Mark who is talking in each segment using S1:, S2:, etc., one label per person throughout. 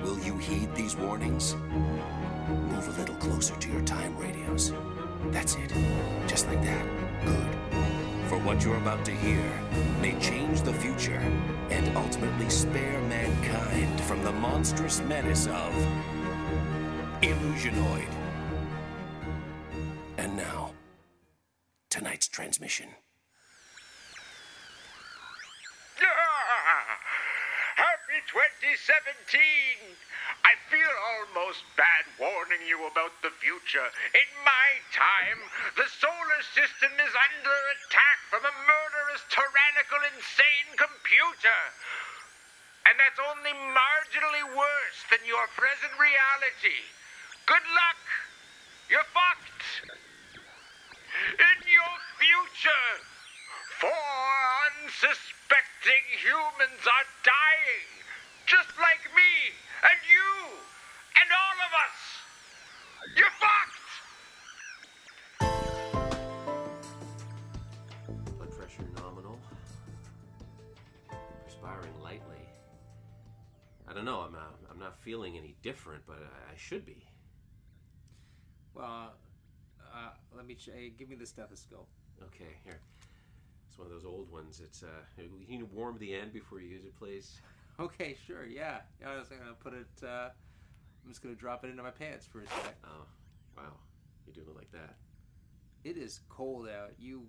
S1: Will you heed these warnings? Move a little closer to your time radios. That's it. Just like that. Good. For what you're about to hear may change the future and ultimately spare mankind from the monstrous menace of Illusionoid. And now, tonight's transmission.
S2: Ah, Happy 2017! I feel almost bad warning you about the future. In my time, the solar system is under attack from a murderous, tyrannical, insane computer. And that's only marginally worse than your present reality. Good luck! You're fucked! In your future, four unsuspecting humans are dying, just like me and you and all of us. You're fucked.
S1: Blood pressure nominal. Perspiring lightly. I don't know. I'm uh, I'm not feeling any different, but I, I should be.
S3: Well, uh, uh, let me ch- hey, give me the stethoscope.
S1: Okay, here. It's one of those old ones. It's uh, you can warm the end before you use it, please.
S3: Okay, sure, yeah. yeah I was gonna put it. Uh, I'm just gonna drop it into my pants for a sec.
S1: Oh, wow. You're doing it like that.
S3: It is cold out. You,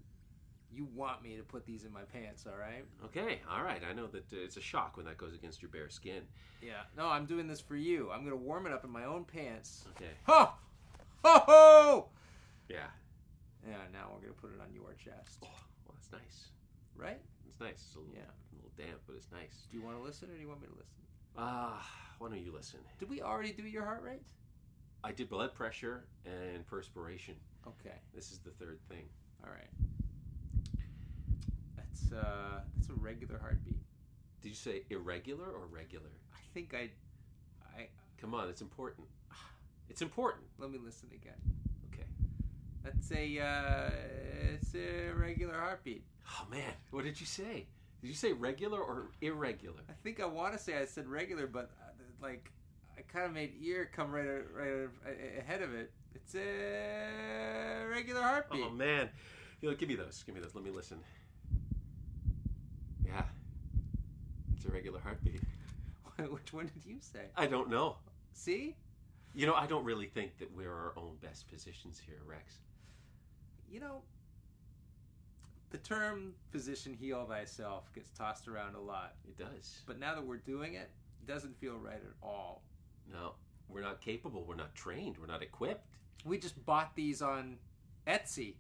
S3: you want me to put these in my pants? All right.
S1: Okay, all right. I know that uh, it's a shock when that goes against your bare skin.
S3: Yeah. No, I'm doing this for you. I'm gonna warm it up in my own pants.
S1: Okay.
S3: Ho, ho, ho!
S1: Yeah.
S3: Yeah. Now we're gonna put it on your chest,
S1: Oh, well, that's nice.
S3: right?
S1: It's nice. It's a little,
S3: Yeah.
S1: a little damp, but it's nice.
S3: Do you want to listen or do you want me to listen?
S1: Ah, why don't you listen?
S3: Did we already do your heart rate?
S1: I did blood pressure and perspiration.
S3: Okay.
S1: This is the third thing.
S3: All right. That's uh, that's a regular heartbeat.
S1: Did you say irregular or regular?
S3: I think I, I
S1: Come on, it's important. It's important.
S3: let me listen again.
S1: Okay.
S3: That's a uh, it's a regular heartbeat.
S1: Oh man, what did you say? Did you say regular or irregular?
S3: I think I want to say I said regular, but uh, th- like I kind of made ear come right a- right a- a- ahead of it. It's a regular heartbeat.
S1: Oh man, you know, give me those. Give me those. Let me listen. Yeah, it's a regular heartbeat.
S3: Which one did you say?
S1: I don't know.
S3: See,
S1: You know, I don't really think that we're our own best positions here, Rex.
S3: you know, the term "physician heal thyself" gets tossed around a lot,
S1: It does.
S3: but now that we're doing it, it doesn't feel right at all.
S1: No, we're not capable. We're not trained. We're not equipped.
S3: We just bought these on Etsy.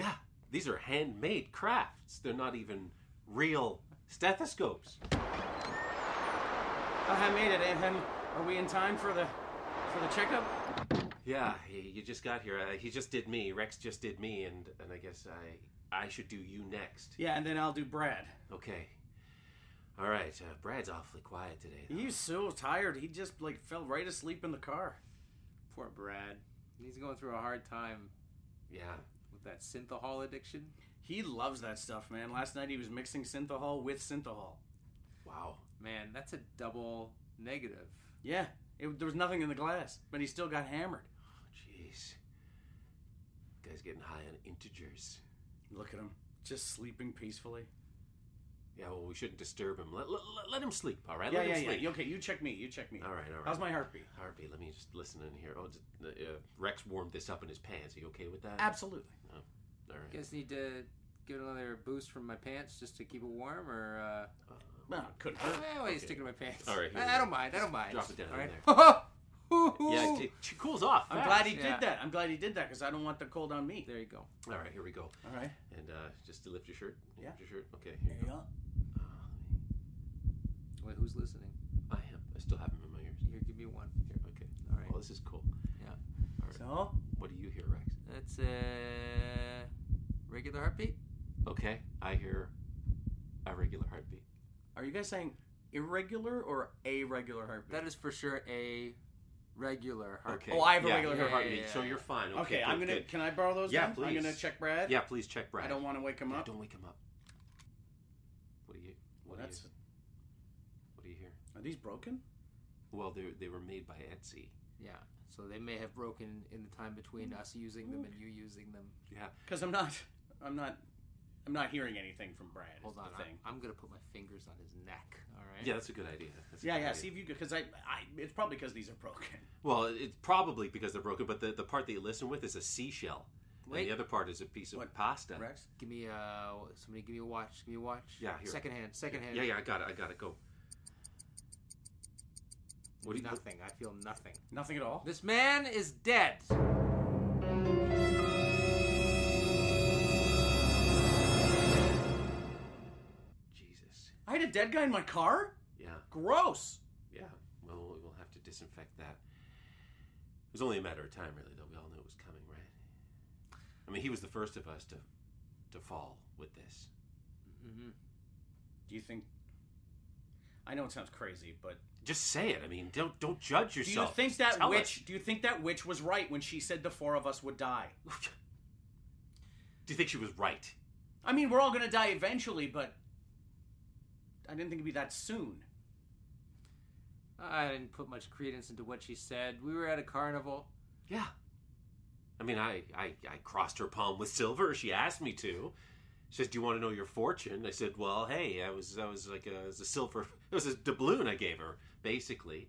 S1: Yeah, these are handmade crafts. They're not even real stethoscopes.
S4: Oh, I made it, Evan. Are we in time for the for the checkup?
S1: Yeah, he, you just got here. Uh, he just did me. Rex just did me, and and I guess I I should do you next.
S5: Yeah, and then I'll do Brad.
S1: Okay. All right. Uh, Brad's awfully quiet today. though.
S5: He's so tired. He just like fell right asleep in the car.
S3: Poor Brad. He's going through a hard time
S1: Yeah.
S3: with that synthahol addiction.
S5: He loves that stuff, man. Last night he was mixing synthahol with synthahol.
S1: Wow.
S3: Man, that's a double negative.
S5: Yeah, it, there was nothing in the glass, but he still got hammered.
S1: Jeez. Guy's getting high on integers.
S5: Look at him, just sleeping peacefully.
S1: Yeah, well, we shouldn't disturb him. Let, let, let- let him sleep, all right?
S5: yeah,
S1: let
S5: yeah,
S1: him
S5: yeah.
S1: sleep.
S5: You- Okay, you check me. You check me.
S1: All right, all right.
S5: How's my heartbeat?
S1: Harvey, let me just listen in here. Oh, d- uh, Rex warmed this up in his pants. Are you okay with that?
S5: Absolutely.
S1: All right.
S3: You guys need to give it another boost from my pants just to keep it warm, or uh,
S5: No, it couldn't hurt.
S3: Eh, well, you stick it in my pants.
S1: All right, here we
S3: I, I
S1: go.
S3: don't mind. I don't mind.
S1: drop it down
S3: All
S1: in
S3: right.
S1: Yeah, it, it cools off.
S5: I'm
S1: fast.
S5: glad he
S3: Yeah.
S5: did that. I'm glad he did that because I don't want the cold on me.
S3: there you go.
S1: All right, here we go.
S5: All right.
S1: And uh, just to lift your shirt.
S5: Yeah.
S1: Lift your shirt. Okay, here you go. Ah,
S3: Wait, who's listening?
S1: I am. I still have him in my ears.
S3: Here, give me one.
S1: Here, okay. All right. Well, this is cool.
S3: Yeah.
S5: So,
S1: What do you hear, Rex?
S3: That's a regular heartbeat.
S1: Okay, I hear a regular heartbeat.
S5: are you guys saying irregular or a regular heartbeat?
S3: That is for sure a regular heartbeat.
S1: Okay.
S5: Oh, I have a
S1: yeah,
S5: regular
S1: your
S3: heartbeat.
S1: heartbeat.
S3: Yeah,
S1: So
S3: yeah,
S1: you're fine. Okay,
S5: okay,
S1: good,
S5: I'm gonna.
S1: good.
S5: Can I borrow those?
S1: Yeah,
S5: then? I'm gonna
S1: please.
S5: check Brad.
S1: Yeah, please check Brad.
S5: I don't want to wake him
S1: Yeah,
S5: up.
S1: Don't wake him up. What do you? What do
S5: That's-
S1: you? What do you hear?
S5: Are these broken?
S1: Well, they they were made by Etsy.
S3: Yeah. So they may have broken in the time between us using them and you using them.
S1: Yeah.
S5: Because I'm not. I'm not. I'm not hearing anything from Brad. is
S3: Hold on.
S5: the thing.
S3: I, am gonna put my fingers on his neck. All right.
S1: Yeah, that's a good idea. That's a
S5: Yeah,
S1: good
S5: yeah.
S1: idea.
S5: See if you because I, I. It's probably because these are broken.
S1: Well, it's probably because they're broken, but the, the part that you listen with is a seashell, and
S3: Wait.
S1: the other part is a piece of
S5: What?
S1: pasta.
S5: Rex.
S3: Give me uh somebody. Give me a watch. Give me a watch.
S1: Yeah, here.
S3: Second hand. Second hand.
S1: Yeah, yeah. I got it. I got it. Go. What do you?
S3: Nothing. I feel nothing.
S5: Nothing at all.
S3: This man is dead.
S1: Jesus.
S5: I had a dead guy in my car.
S1: Yeah.
S5: Gross.
S1: Yeah. Well, we'll we'll have to disinfect that. It was only a matter of time, really, though. We all knew it was coming, right? I mean, he was the first of us to to fall with this.
S5: Do you think? I know it sounds crazy, but
S1: Just say it. I mean, don't don't judge
S5: do you
S1: yourself.
S5: think that
S1: Tell
S5: witch?
S1: us.
S5: Do you think that witch was right when she said the four of us would die?
S1: Do you think she was right?
S5: I mean, we're all gonna die eventually, but I didn't think it'd be that soon.
S3: I didn't put much credence into what she said. We were at a carnival.
S1: Yeah. I mean, I, I, I crossed her palm with silver. She asked me to. She says, "Do you want to know your fortune?" I said, "Well, hey, I was I was like a, it was a silver. It was a doubloon I gave her, basically,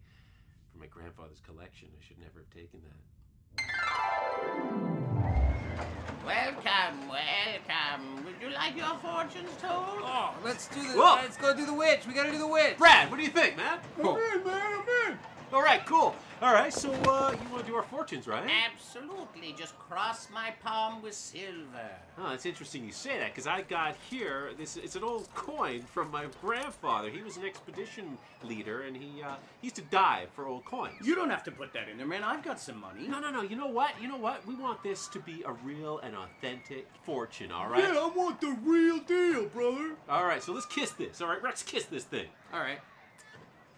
S1: for my grandfather's collection. I should never have taken that."
S5: Welcome, welcome. Would you like your fortunes told?
S3: Oh, let's do the.
S1: Whoa.
S3: Let's go do the witch. We gotta do the witch.
S1: Brad, what do you think, man?
S3: Cool.
S1: All right, cool. All right, so uh, you want to do our fortunes, right?
S5: Absolutely. Just cross my palm with silver.
S1: Oh, that's interesting you say that because I got here. This it's an old coin from my grandfather. He was an expedition leader, and he uh, he used to dive for old coins.
S5: You don't have to put that in there, man. I've got some money.
S1: No, no, no. You know what? You know what? We want this to be a real and authentic fortune, all right?
S5: I want the real deal, brother.
S1: All right, so let's kiss this, all right? Rex, kiss this thing.
S3: All right.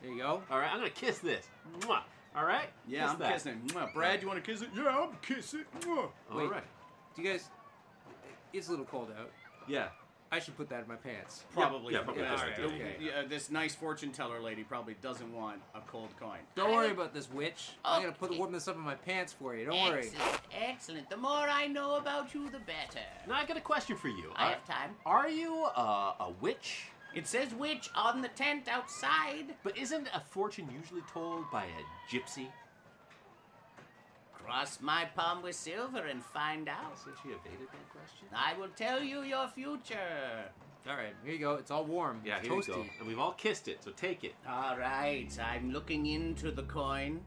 S3: There you go.
S1: All right, I'm going to kiss this. Mwah. All right?
S5: Yeah,
S1: Kiss
S5: I'm
S1: that.
S5: kissing. Mwah. Brad, you want to kiss it? Yeah, I'm kissing. Mwah.
S1: All
S3: Wait.
S1: right.
S3: Do you guys? It's a little cold out.
S1: Yeah.
S3: I should put that in my pants.
S5: Probably.
S1: yeah, probably
S3: Yeah,
S1: that's
S3: all right,
S1: the idea.
S3: okay.
S5: Yeah, this nice fortune teller lady probably doesn't want a cold coin.
S3: Don't worry about this witch. I'm gonna put warm this up in my pants for you. Don't worry.
S6: Excellent, excellent. The more I know about you, the better.
S1: Now, I got a question for you.
S6: I
S1: Uh,
S6: have time.
S1: Are you uh, a witch?
S6: It says witch on the tent outside.
S1: But isn't a fortune usually told by a gypsy?
S6: Cross my palm with silver and find out.
S1: Since she evaded that question?
S6: I will tell you your future.
S3: All right. Here you go. It's all warm.
S1: Yeah,
S3: it's
S1: here
S3: toasty.
S1: you go. And we've all kissed it, so take it.
S6: All right, I'm looking into the coin.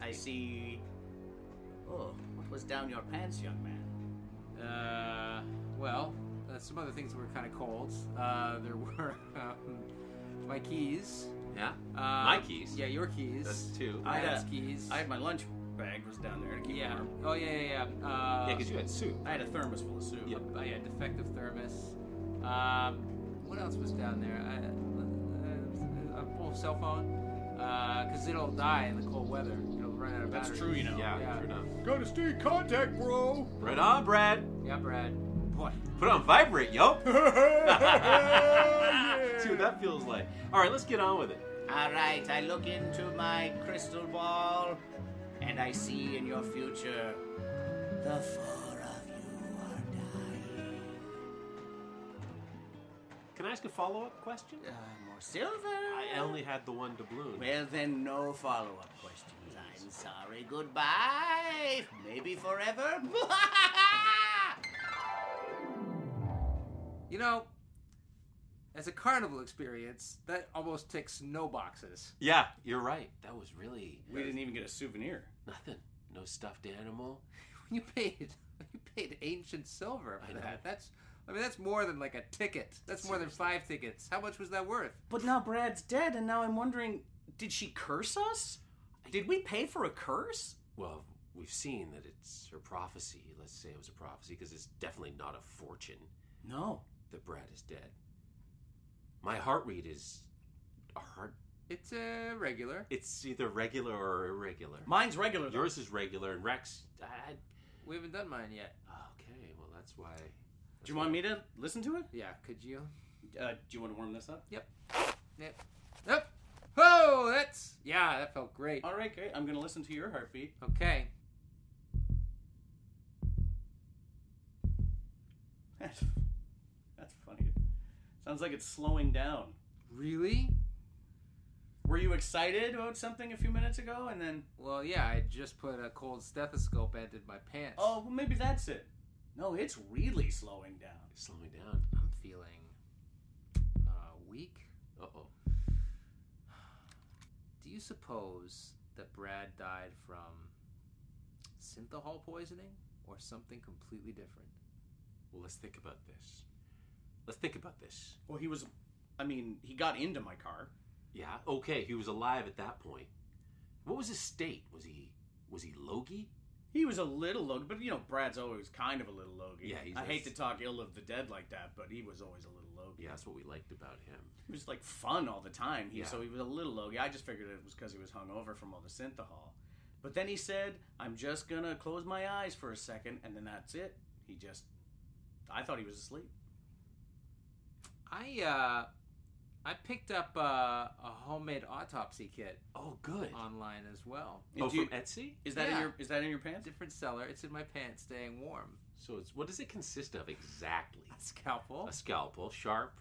S6: I see. Oh, what was down your pants, young man?
S3: Uh, well, uh, some other things were kind of cold. Uh, there were um, my keys.
S1: Yeah?
S3: Um,
S1: My keys.
S3: Yeah, your keys.
S1: That's two.
S3: I
S5: I had
S3: had
S5: a-
S3: keys.
S5: I had my lunch
S1: bag was down there to keep
S3: Yeah.
S1: warm.
S3: Oh yeah, yeah, yeah. Uh,
S1: Yeah, because you had soup.
S7: I had a thermos full of soup.
S3: Yep, I had defective thermos. Um, what else was down there? I, uh, a full cell phone, because it'll die in the cold weather. It'll run out of battery.
S7: That's true, you know.
S1: Yeah,
S3: Yeah.
S1: true enough.
S7: Gotta stay in contact, bro.
S1: Right on, Brad.
S3: Yeah, Brad.
S7: What?
S1: Put it on vibrate, yo. See what that feels like. All right, let's get on with it.
S7: All right, I look into my crystal ball, and I see in your future the four of you are dying.
S1: Can I ask a follow-up question?
S7: Uh, more silver.
S1: I only had the one doubloon.
S7: Well, then, no follow up questions. I'm sorry. Goodbye. Maybe forever.
S3: You know, as a carnival experience, that almost ticks no boxes.
S1: Yeah, you're right. That was really
S7: we didn't even get a souvenir.
S1: nothing. No stuffed animal.
S3: You paid, you paid ancient silver for that. That's, I mean, that's more than like a ticket. That's more than five tickets. How much was that worth?
S5: But now Brad's dead, and now I'm wondering did she curse us? Did we pay for a curse?
S1: Well, we've seen that it's her prophecy. Let's say it was a prophecy because it's definitely not a fortune
S5: No.
S1: that Brad is dead. My heart rate is a heart.
S3: It's uh, regular.
S1: It's either regular or irregular.
S5: Mine's regular. Though.
S1: Yours is regular, and Rex. I,
S3: We haven't done mine yet.
S1: okay, well that's why.
S5: Do you want me to listen to it?
S3: Yeah, could you?
S5: Uh, do you want to warm this up?
S3: Yep. Yep. Yep. Oh, that's yeah. That felt great.
S5: All right, great. I'm going to listen to your heartbeat.
S3: Okay.
S5: That's that's funny. Sounds like it's slowing down.
S3: Really?
S5: Were you excited about something a few minutes ago, and then
S3: Well, yeah. I just put a cold stethoscope end in my pants.
S5: oh, well, maybe that's it? No, it's really slowing down.
S1: Slow me down.
S3: I'm feeling uh, weak.
S1: Uh oh.
S3: Do you suppose that Brad died from synthahol poisoning or something completely different?
S1: Well, let's think about this. Let's think about this.
S5: Well, he was. I mean, he got into my car.
S1: Yeah. Okay. He was alive at that point. What was his state? Was he was he Logie?
S5: He was a little logy, but you know, Brad's always kind of a little logy.
S1: Yeah, he's
S5: I
S1: a-
S5: hate to talk ill of the dead like that, but he was always a little logy.
S1: Yeah, that's what we liked about him.
S5: He was like fun all the time. He,
S1: Yeah.
S5: So he was a little logy. I just figured it was because he was hungover from all the synthahol. But then he said, "I'm just gonna close my eyes for a second, and then that's it." He just, I thought he was asleep.
S3: I uh, I picked up uh, a homemade autopsy kit
S1: Oh, good.
S3: online as well.
S1: oh,
S5: Do Um, you-
S1: from Etsy.
S5: Is that in
S3: Yeah.
S5: your? Is that in your pants?
S3: Different seller. It's in my pants, staying warm.
S1: So it's what does it consist of exactly?
S3: A scalpel.
S1: A scalpel, sharp.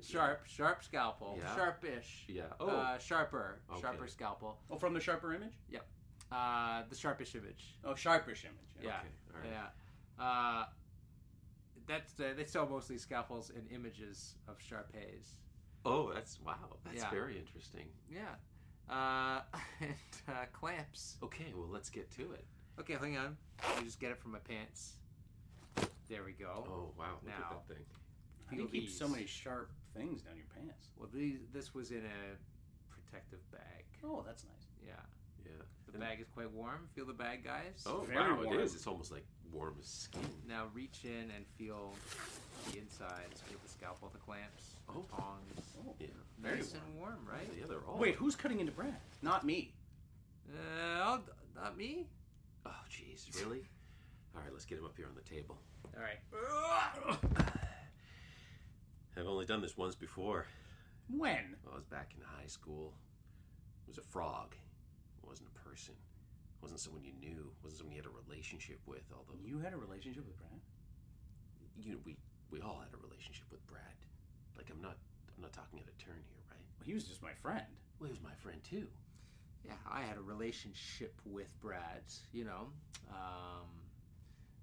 S3: Sharp, sharp scalpel,
S1: Yeah.
S3: sharpish.
S1: Yeah. Oh.
S3: Uh, sharper,
S1: Okay.
S3: sharper scalpel.
S5: Oh, from the sharper image.
S3: Yep. Uh, the sharpish image.
S5: Oh, sharpish image.
S3: Yeah.
S1: all right.
S3: Yeah. Uh, that's the, they sell mostly scalpels and images of sharp haze.
S1: Oh, that's wow. That's
S3: Yeah.
S1: very interesting.
S3: Yeah. Uh, and uh, clamps.
S1: Okay, well let's get to it.
S3: Okay, hang on. I just get it from my pants. There we go.
S1: Oh wow, look
S3: Now.
S1: at that thing.
S5: You
S3: Feel
S5: keep so
S3: these.
S5: many sharp things down your pants.
S3: Well, these, this was in a protective bag.
S5: Oh, that's nice.
S3: Yeah.
S1: Yeah.
S3: The bag is quite warm. Feel the bag, guys.
S1: Oh
S5: Very
S1: wow,
S5: warm.
S1: it is. It's almost like warm as skin.
S3: Now reach in and feel the insides. Feel the scalpel, the clamps, the
S1: Oh.
S3: tongs.
S5: Oh,
S1: Yeah.
S5: very
S3: nice
S5: warm.
S3: and warm, right?
S1: Yeah, they're all.
S5: Wait, who's cutting into Brad? Not me.
S3: Uh, I'll, not me.
S1: Oh jeez, really? all right, let's get him up here on the table.
S3: All right.
S1: I've only done this once before.
S5: When?
S1: Well, I was back in high school. It was a frog. It wasn't a person. It wasn't someone you knew. It wasn't someone you had a relationship with. Although
S5: You had a relationship with Brad?
S1: you know, we we all had a relationship with Brad. Like I'm not I'm not talking out of turn here, right?
S5: Well, he was just my friend.
S1: Well, he was my friend too.
S3: Yeah, I had a relationship with Brad. You know, um,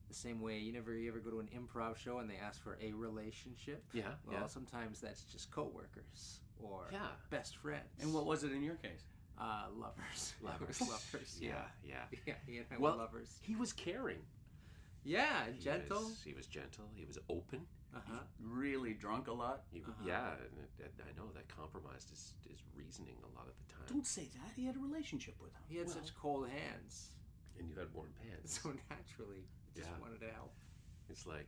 S3: the same way you never you ever go to an improv show and they ask for a relationship.
S1: Yeah,
S3: Well,
S1: yeah.
S3: sometimes that's just coworkers or
S1: Yeah.
S3: best friends.
S5: And what was it in your case?
S3: Uh, lovers.
S1: Lovers.
S3: lovers.
S1: Yeah, yeah.
S3: Yeah, he and I
S1: Well,
S3: were lovers.
S1: He was caring.
S3: Yeah,
S1: He
S3: gentle.
S1: was- he was gentle. He was open.
S3: Uh huh.
S5: Really drunk a lot?
S1: He, Yeah, and it, and I know that compromised his, his reasoning a lot of the time.
S5: Don't say that. He had a relationship with him.
S3: He had such cold hands.
S1: and you had worn pants.
S3: So naturally, I just
S1: Yeah.
S3: wanted to help.
S1: It's like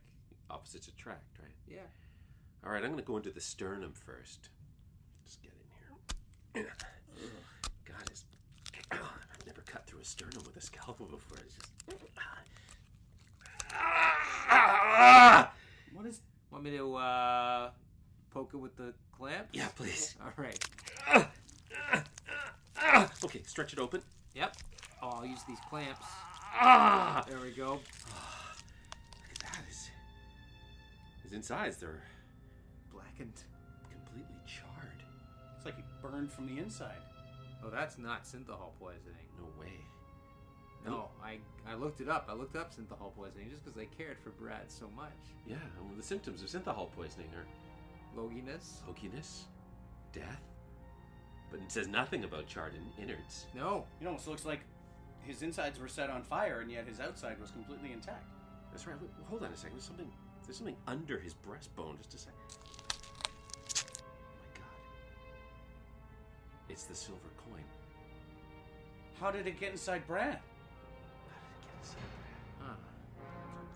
S1: opposites attract, right?
S3: Yeah.
S1: All right, I'm going to go into the sternum first. Just get in here. Ugh, God, it's, I've never cut through a sternum with a scalpel before. It's just.
S5: What is?
S3: Want me to uh, poke it with the clamp?
S1: Yeah, please.
S3: All right.
S1: Okay, stretch it open.
S3: Yep. Oh, I'll use these clamps.
S1: Ah!
S3: There we go.
S1: Look at that. His, his insides, they're
S3: Blackened.
S1: completely charred.
S5: It's like he burned from the inside.
S3: Oh, that's not synthahol poisoning.
S1: No way.
S3: No, I, I looked it up. I looked up synthahol poisoning just because I cared for Brad so much.
S1: Yeah, and the symptoms of synthahol poisoning are
S3: Loginess?
S1: pokiness, death, but it says nothing about charred in- innards.
S3: No.
S5: It almost looks like his insides were set on fire, and yet his outside was completely intact.
S1: That's right. Wait, hold on a second. There's something. There's something under his breastbone. Just a sec. Oh my god! It's the silver coin.
S5: How did it get inside Brad?
S1: How did it get inside there?
S3: Huh.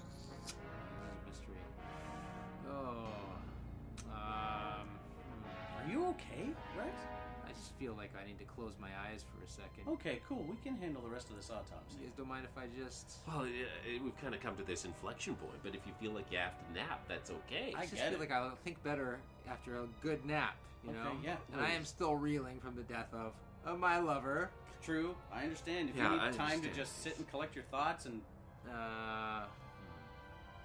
S3: This is Oh, a mystery. Oh. Um. hmm.
S5: Are you okay, Rex?
S3: I just feel like I need to close my eyes for a second.
S5: Okay, cool. We can handle the rest of this
S3: You
S5: autopsy.
S3: guys don't mind if I just.
S1: Well, it, it- we've kind of come to this inflection point. But if you feel like you have to nap, that's okay.
S3: I
S5: I
S3: just
S5: get
S3: feel
S5: it.
S3: like I'll think better after a good nap, you
S5: Okay,
S3: know?
S5: yeah,
S3: And I
S5: please.
S3: am still reeling from the death of, of my lover.
S5: True. I understand. If
S1: Yeah,
S5: you need
S1: I
S5: time
S1: understand.
S5: to just sit and collect your thoughts and
S3: Uh,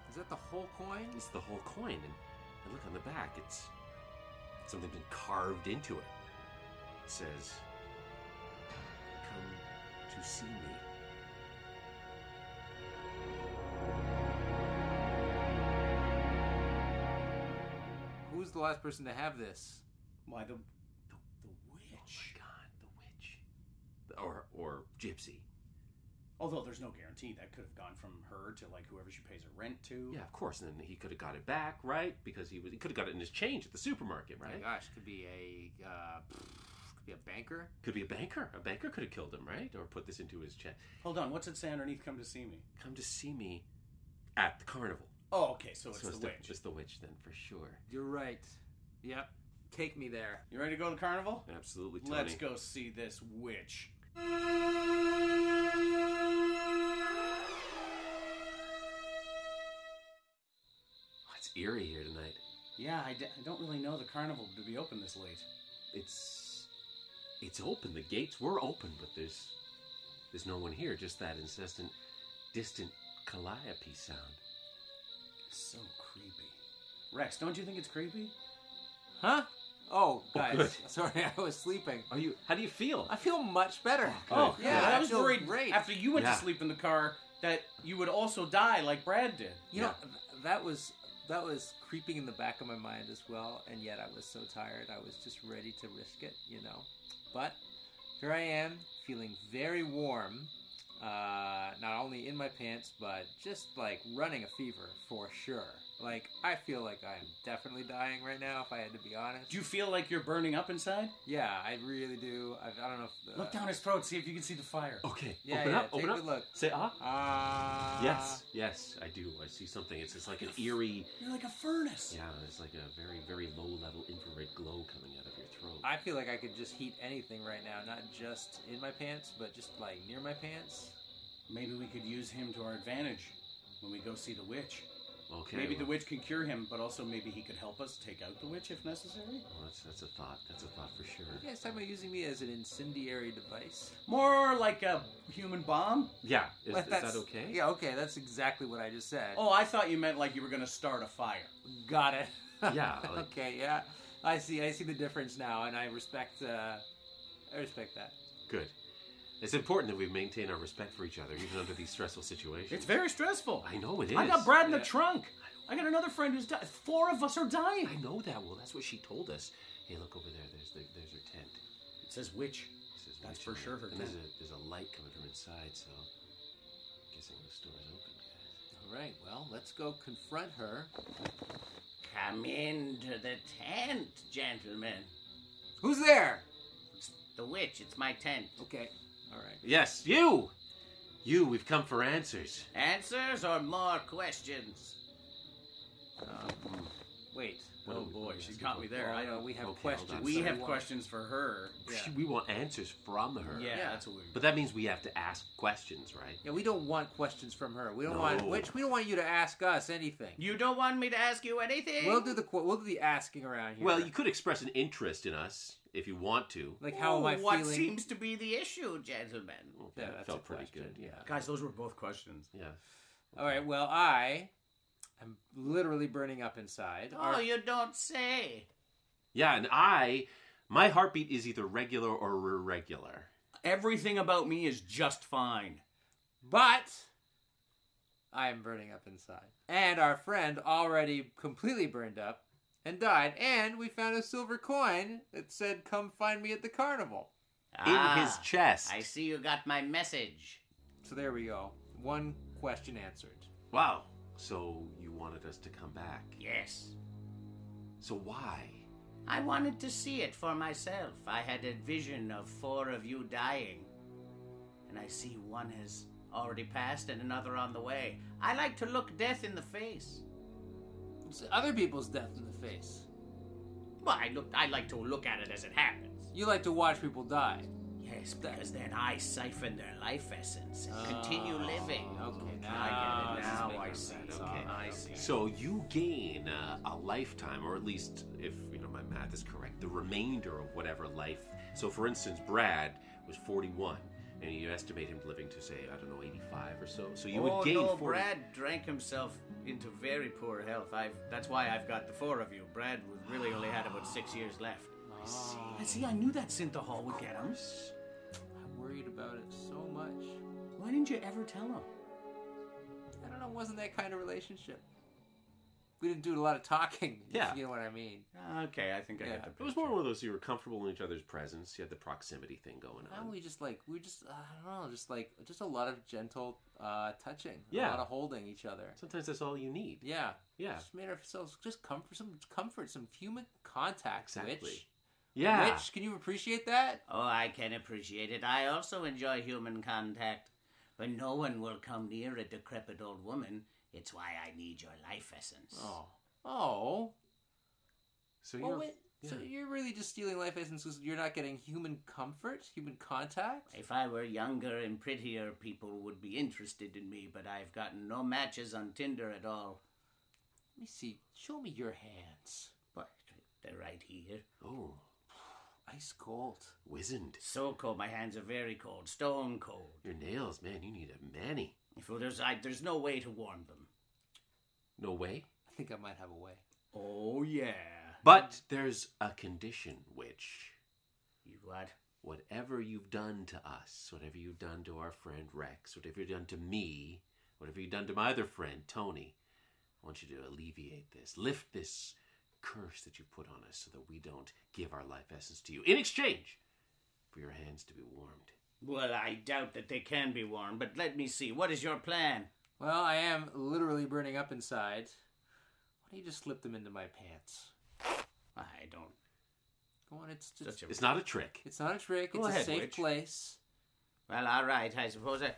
S3: is that the whole coin?
S1: It's the whole coin, and, and look on the back. It's something been carved into it. It says, "Come to see me."
S3: Who's the last person to have this?
S5: why the
S1: The, the witch. Oh my god, the witch. The- Or or gypsy.
S5: Although there's no guarantee that could have gone from her to like whoever she pays her rent to.
S1: Yeah, of course. And then he could have got it back, right? Because he was he could have got it in his change at the supermarket,
S3: Oh my
S1: right?
S3: gosh, could be a uh, could be a banker.
S1: Could be a banker. A banker could have killed him, right? Or put this into his check.
S5: Hold on, what's it say underneath? Come to see me.
S1: Come to see me at the carnival.
S5: Oh, okay, so it's
S1: So
S5: the witch.
S1: it's the witch then for sure.
S3: You're right. Yep. Take me there.
S5: You ready to go to the carnival?
S1: Absolutely, Tony.
S5: Let's go see this witch.
S1: Oh, it's eerie here tonight.
S5: Yeah, I, d- I don't really know the carnival to be open this late.
S1: It's it's open. The gates were open, but there's there's no one here. Just that incessant, distant calliope sound.
S5: It's so creepy. Rex, don't you think it's creepy?
S3: Huh? Oh, guys,
S1: good.
S3: sorry, I was sleeping.
S1: Are you? How do you feel?
S3: I feel much better.
S1: Oh,
S3: yeah,
S5: good. I
S3: I
S5: was
S3: feel
S5: worried
S3: great.
S5: after you went
S1: Yeah.
S5: to sleep in the car that you would also die like Brad did.
S3: You know, th- that was that was creeping in the back of my mind as well, and yet I was so tired, I was just ready to risk it, you know. But here I am, feeling very warm, uh, not only in my pants, but just like running a fever for sure. Like I feel like I'm definitely dying right now, if I had to be honest.
S5: Do you feel like you're burning up inside?
S3: yeah, I really do. I, I don't know. If, uh,
S5: Look down his throat, see if you can see the fire.
S1: Okay.
S3: Yeah,
S1: open
S3: yeah,
S1: up.
S3: take
S1: Open
S3: a
S1: up.
S3: good look.
S1: Say ah.
S3: Ah.
S1: yes. Yes, I do. I see something. It's it's like an eerie.
S5: You're like a furnace.
S1: Yeah, it's like a very very low level infrared glow coming out of your throat.
S3: I feel like I could just heat anything right now, not just in my pants, but just like near my pants.
S5: Maybe we could use him to our advantage when we go see the witch.
S1: okay.
S5: maybe the
S1: well-
S5: witch can cure him, but also maybe he could help us take out the witch if necessary.
S1: Well, that's that's a thought. That's a thought for sure.
S3: You guys talking about using me as an incendiary device?
S5: More like a human bomb.
S1: Yeah. Is,
S3: Like,
S1: is
S3: that's-
S1: that okay?
S3: Yeah, okay, that's exactly what I just said.
S5: Oh, I thought you meant like you were gonna start a fire.
S3: got it.
S1: Yeah, like-
S3: okay, yeah. I see. I see the difference now, and I respect. Uh, I respect that.
S1: Good. It's important that we maintain our respect for each other, even under these stressful situations.
S5: It's very stressful.
S1: I know it is.
S5: I got Brad in the
S3: Yeah.
S5: trunk. I got another friend who's died. Four of us are dying.
S1: I know that. Well, that's what she told us. Hey, look over there. There's the, there's her tent.
S5: It says witch.
S1: This is
S5: That's
S1: witch
S5: for
S1: hunt.
S5: sure her
S1: And there's a
S5: tent.
S1: there's a light coming from inside, so guessing the store's open, guys.
S3: All right. Well, let's go confront her.
S7: Come into the tent, gentlemen.
S3: Who's there?
S7: It's the witch, it's my tent.
S3: Okay. All right.
S1: Yes, you. You, we've come for answers.
S5: Answers or more questions?
S8: Um, wait.
S1: What
S8: oh
S1: are we-
S8: boy,
S1: what are we
S8: she's
S1: asking
S8: got
S1: for?
S8: me there. I
S3: Oh, no,
S8: don't.
S3: we have
S1: Okay, hold
S3: questions.
S1: on.
S8: We
S3: that
S8: have
S3: want.
S8: questions for her.
S3: Yeah.
S1: We want answers from her.
S8: Yeah, that's what we.
S1: But that means we have to ask questions, right?
S3: Yeah, we don't want questions from her. We don't want
S1: No.
S3: which we don't want you to ask us anything.
S5: You don't want me to ask you anything?
S3: We'll do the qu- we'll do the asking around here.
S1: Well, you could express an interest in us if you want to.
S3: like how am I
S5: Ooh, what
S3: feeling? Oh,
S5: seems to be the issue, gentlemen?
S1: Well,
S3: Yeah,
S1: that
S3: that's
S1: felt
S3: a
S1: pretty
S3: question.
S1: good. Yeah.
S8: Guys, those were both questions.
S1: Yeah.
S3: All right. Well, I am literally burning up inside.
S5: Oh,
S3: Our-
S5: you don't say.
S1: Yeah, and I, my heartbeat is either regular or irregular.
S8: Everything about me is just fine.
S3: But I am burning up inside. And our friend already completely burned up and died. And we found a silver coin that said, Come find me at the carnival.
S1: In
S3: Ah,
S1: his chest.
S5: Ah, I see you got my message.
S3: So there we go. One question answered.
S1: Wow. So you wanted us to come back.
S5: Yes.
S1: So why?
S5: I wanted to see it for myself. I had a vision of four of you dying. And I see one has already passed and another on the way. I like to look death in the face.
S3: It's other people's death in the face.
S5: Well, I, look, I like to look at it as it happens.
S3: You like to watch people die.
S5: Yes, because then I siphon their life essence and continue living.
S3: Okay, now
S5: I get it.
S3: this is
S5: Oh, Now
S3: making
S5: I
S3: sense.
S5: see.
S3: All
S5: Okay,
S3: right.
S5: I see.
S1: So you gain uh, a lifetime, or at least if you know my math is correct, the remainder of whatever life. So for instance, Brad was 41, and you estimate him living to say I don't know 85 or so. So you
S5: oh,
S1: would gain
S5: no,
S1: 40
S5: Brad drank himself into very poor health. I've, that's why I've got the four of you. Brad would- really only had about six years left. I see.
S8: And see, I knew that Synthahol would get him.
S3: I worried about it so much.
S8: Why didn't you ever tell him?
S3: I don't know, it wasn't that kind of relationship. We didn't do a lot of talking. if
S1: Yeah.
S3: You know what I mean?
S8: Okay, I think I
S3: Yeah.
S8: got the
S1: It was more one of those you were comfortable in each other's presence. You had the proximity thing going
S3: Now
S1: on.
S3: we just like we just I don't know, just like just a lot of gentle uh touching, a
S1: Yeah.
S3: lot of holding each other.
S1: Sometimes that's all you need.
S3: Yeah,
S1: Yeah.
S3: Just made ourselves just comfort some comfort, some human contact. Which,
S1: Exactly. Yeah.
S3: which can you appreciate that?
S5: Oh, I can appreciate it. I also enjoy human contact. But no one will come near a decrepit old woman. It's why I need your life essence.
S3: Oh, oh.
S1: So
S3: well,
S1: you're.
S3: wait, so
S1: yeah.
S3: you're really just stealing life essence because you're not getting human comfort, human contact.
S5: If I were younger and prettier, people would be interested in me, but I've gotten no matches on Tinder at all.
S3: Let me see. Show me your hands.
S5: But they're right here.
S1: Oh,
S3: Ice cold.
S1: wizened.
S5: So cold, my hands are very cold, stone cold.
S1: Your nails, man. You need a manny.
S5: If there's, I, there's no way to warm them.
S1: No way.
S3: I think I might have a way.
S5: Oh, yeah.
S1: But there's a condition which,
S5: You what?
S1: whatever you've done to us, whatever you've done to our friend Rex, whatever you've done to me, whatever you've done to my other friend Tony, I want you to alleviate this, lift this curse that you've put on us, so that we don't give our life essence to you in exchange for your hands to be warmed.
S5: Well, I doubt that they can be warm, but let me see. What is your plan?
S3: Well, I am literally burning up inside. Why don't you just slip them into my pants?
S5: I don't.
S3: Go on, it's just,
S5: Such a
S1: It's not a trick.
S3: it's not a trick.
S8: Go
S3: it's a
S8: ahead,
S3: safe
S8: witch.
S3: place.
S5: Well, all right, I suppose I.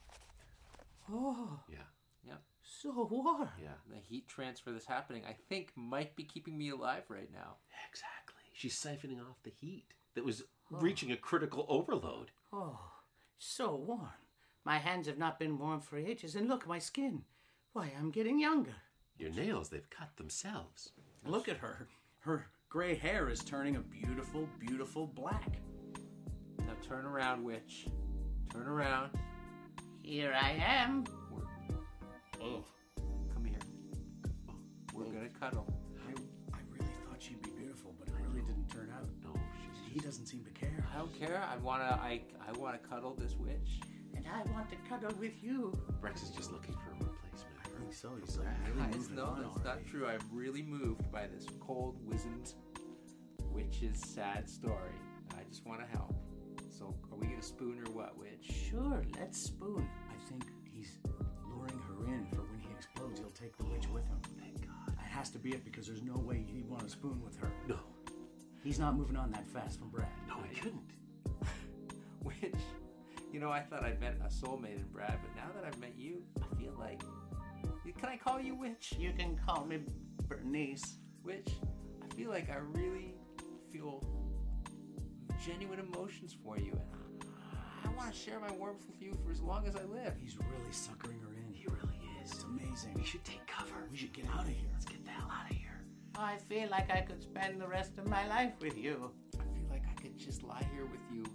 S8: Oh,
S1: Yeah,
S3: Yep.
S8: so warm.
S1: yeah,
S3: The heat transfer that's happening, I think, might be keeping me alive right now.
S1: exactly. She's siphoning off the heat that was reaching a critical overload.
S5: Oh, so warm. My hands have not been warm for ages, and look, my skin. Why, I'm getting younger.
S1: Your nails—they've cut themselves.
S8: Look at her. Her gray hair is turning a beautiful, beautiful black.
S3: Now turn around, witch. Turn around.
S5: Here I am.
S3: We're,
S5: Oh.
S3: come here. We're gonna cuddle.
S8: I, I really thought she'd be beautiful, but it really didn't turn out.
S1: No, she's
S8: He doesn't seem to care.
S3: I don't care. I wanna. I I wanna cuddle this witch.
S5: And I want to cuddle with you.
S1: Rex is just looking for a replacement.
S8: I think so. He's like really
S3: Guys,
S8: moving
S3: no,
S8: on
S3: that's not
S8: already.
S3: true. I'm really moved by this cold, wizened witch's sad story. I just want to help. So, are we gonna spoon or what, witch?
S5: Sure, let's spoon.
S8: I think he's luring her in for when he explodes, he'll take the witch with him. Thank God. That has to be it because there's no way he'd want to spoon with her.
S1: No,
S8: He's not moving on that fast from Brad.
S1: no, I couldn't.
S3: Witch, You know, I thought I'd met a soulmate in Brad, but now that I've met you, I feel like. Can I call you witch?
S7: You can call me Bernice.
S3: Witch, I feel like I really feel genuine emotions for you, and I, I want to share my warmth with you for as long as I live.
S5: He's really suckering her in. He really is. It's amazing. We should take cover. We should get out of here. Let's get the hell out of here.
S7: I feel like I could spend the rest of my life with you.
S3: I feel like I could just lie here with you,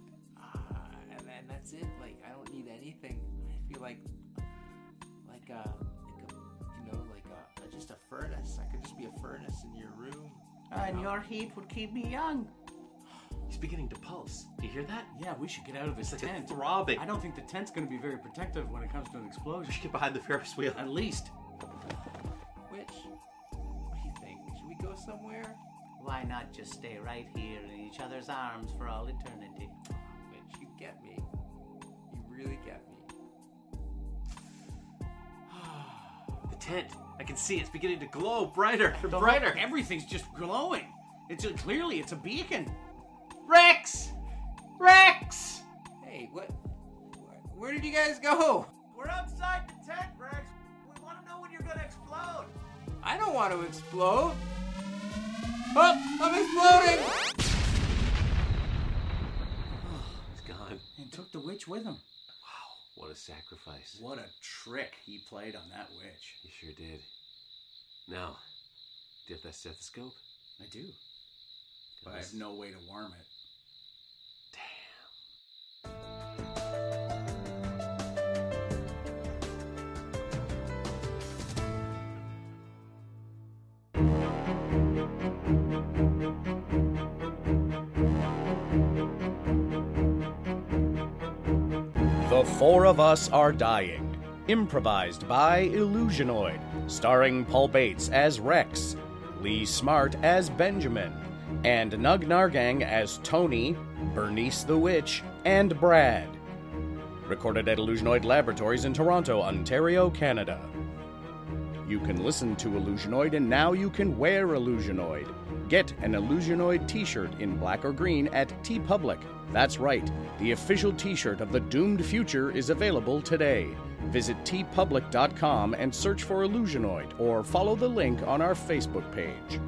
S3: uh, and, and that's it. Like I don't need anything. I feel like, like a, like a you know, like a, just a furnace. I could just be a furnace in your room.
S7: And your heat would keep me young.
S1: He's beginning to pulse. Do you hear that?
S5: Yeah, we should get out of this
S1: It's
S5: tent.
S1: throbbing.
S5: I don't think the tent's going to be very protective when it comes to an explosion.
S1: We should get behind the Ferris wheel.
S5: At least.
S3: Witch, what do you think? Should we go somewhere?
S7: Why not just stay right here in each other's arms for all eternity?
S3: Witch, you get me. You really get me.
S1: The tent. I can see it. it's beginning to glow brighter and
S5: The whole-
S1: brighter.
S5: Everything's just glowing. It's a, clearly it's a beacon.
S7: Rex! Rex!
S3: Hey, what? wh- Where did you guys go?
S7: We're outside the tent, Rex. We want to know when you're going to explode.
S3: I don't want to explode. Oh, I'm exploding!
S1: He's gone.
S5: And took the witch with him.
S1: What a sacrifice.
S5: What a trick he played on that witch.
S1: You sure did. Now, do you have that stethoscope?
S5: I do. But I
S1: Goodness.
S5: have no way to warm it.
S9: The Four of Us Are Dying, improvised by Illusionoid, starring Paul Bates as Rex, Lee Smart as Benjamin, and Nug Nargang as Tony, Bernice the Witch, and Brad. Recorded at Illusionoid Laboratories in Toronto, Ontario, Canada. You can listen to Illusionoid and now you can wear Illusionoid. Get an Illusionoid t shirt in black or green at T Public. That's right, the official t shirt of the doomed future is available today. Visit tpublic.com and search for Illusionoid or follow the link on our Facebook page.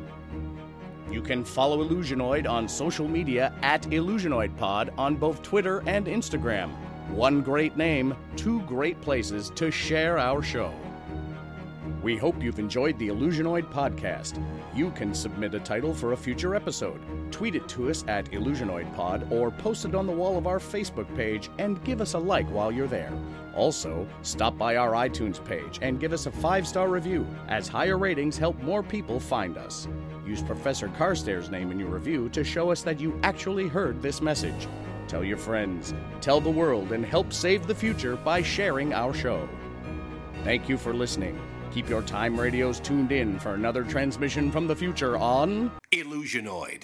S9: You can follow Illusionoid on social media at IllusionoidPod on both Twitter and Instagram. One great name, two great places to share our show. We hope you've enjoyed the Illusionoid podcast. You can submit a title for a future episode, tweet it to us at IllusionoidPod, or post it on the wall of our Facebook page and give us a like while you're there. Also, stop by our iTunes page and give us a five star review, as higher ratings help more people find us. Use Professor Carstairs' name in your review to show us that you actually heard this message. Tell your friends, tell the world, and help save the future by sharing our show. Thank you for listening. Keep your time radios tuned in for another transmission from the future on.
S10: Illusionoid.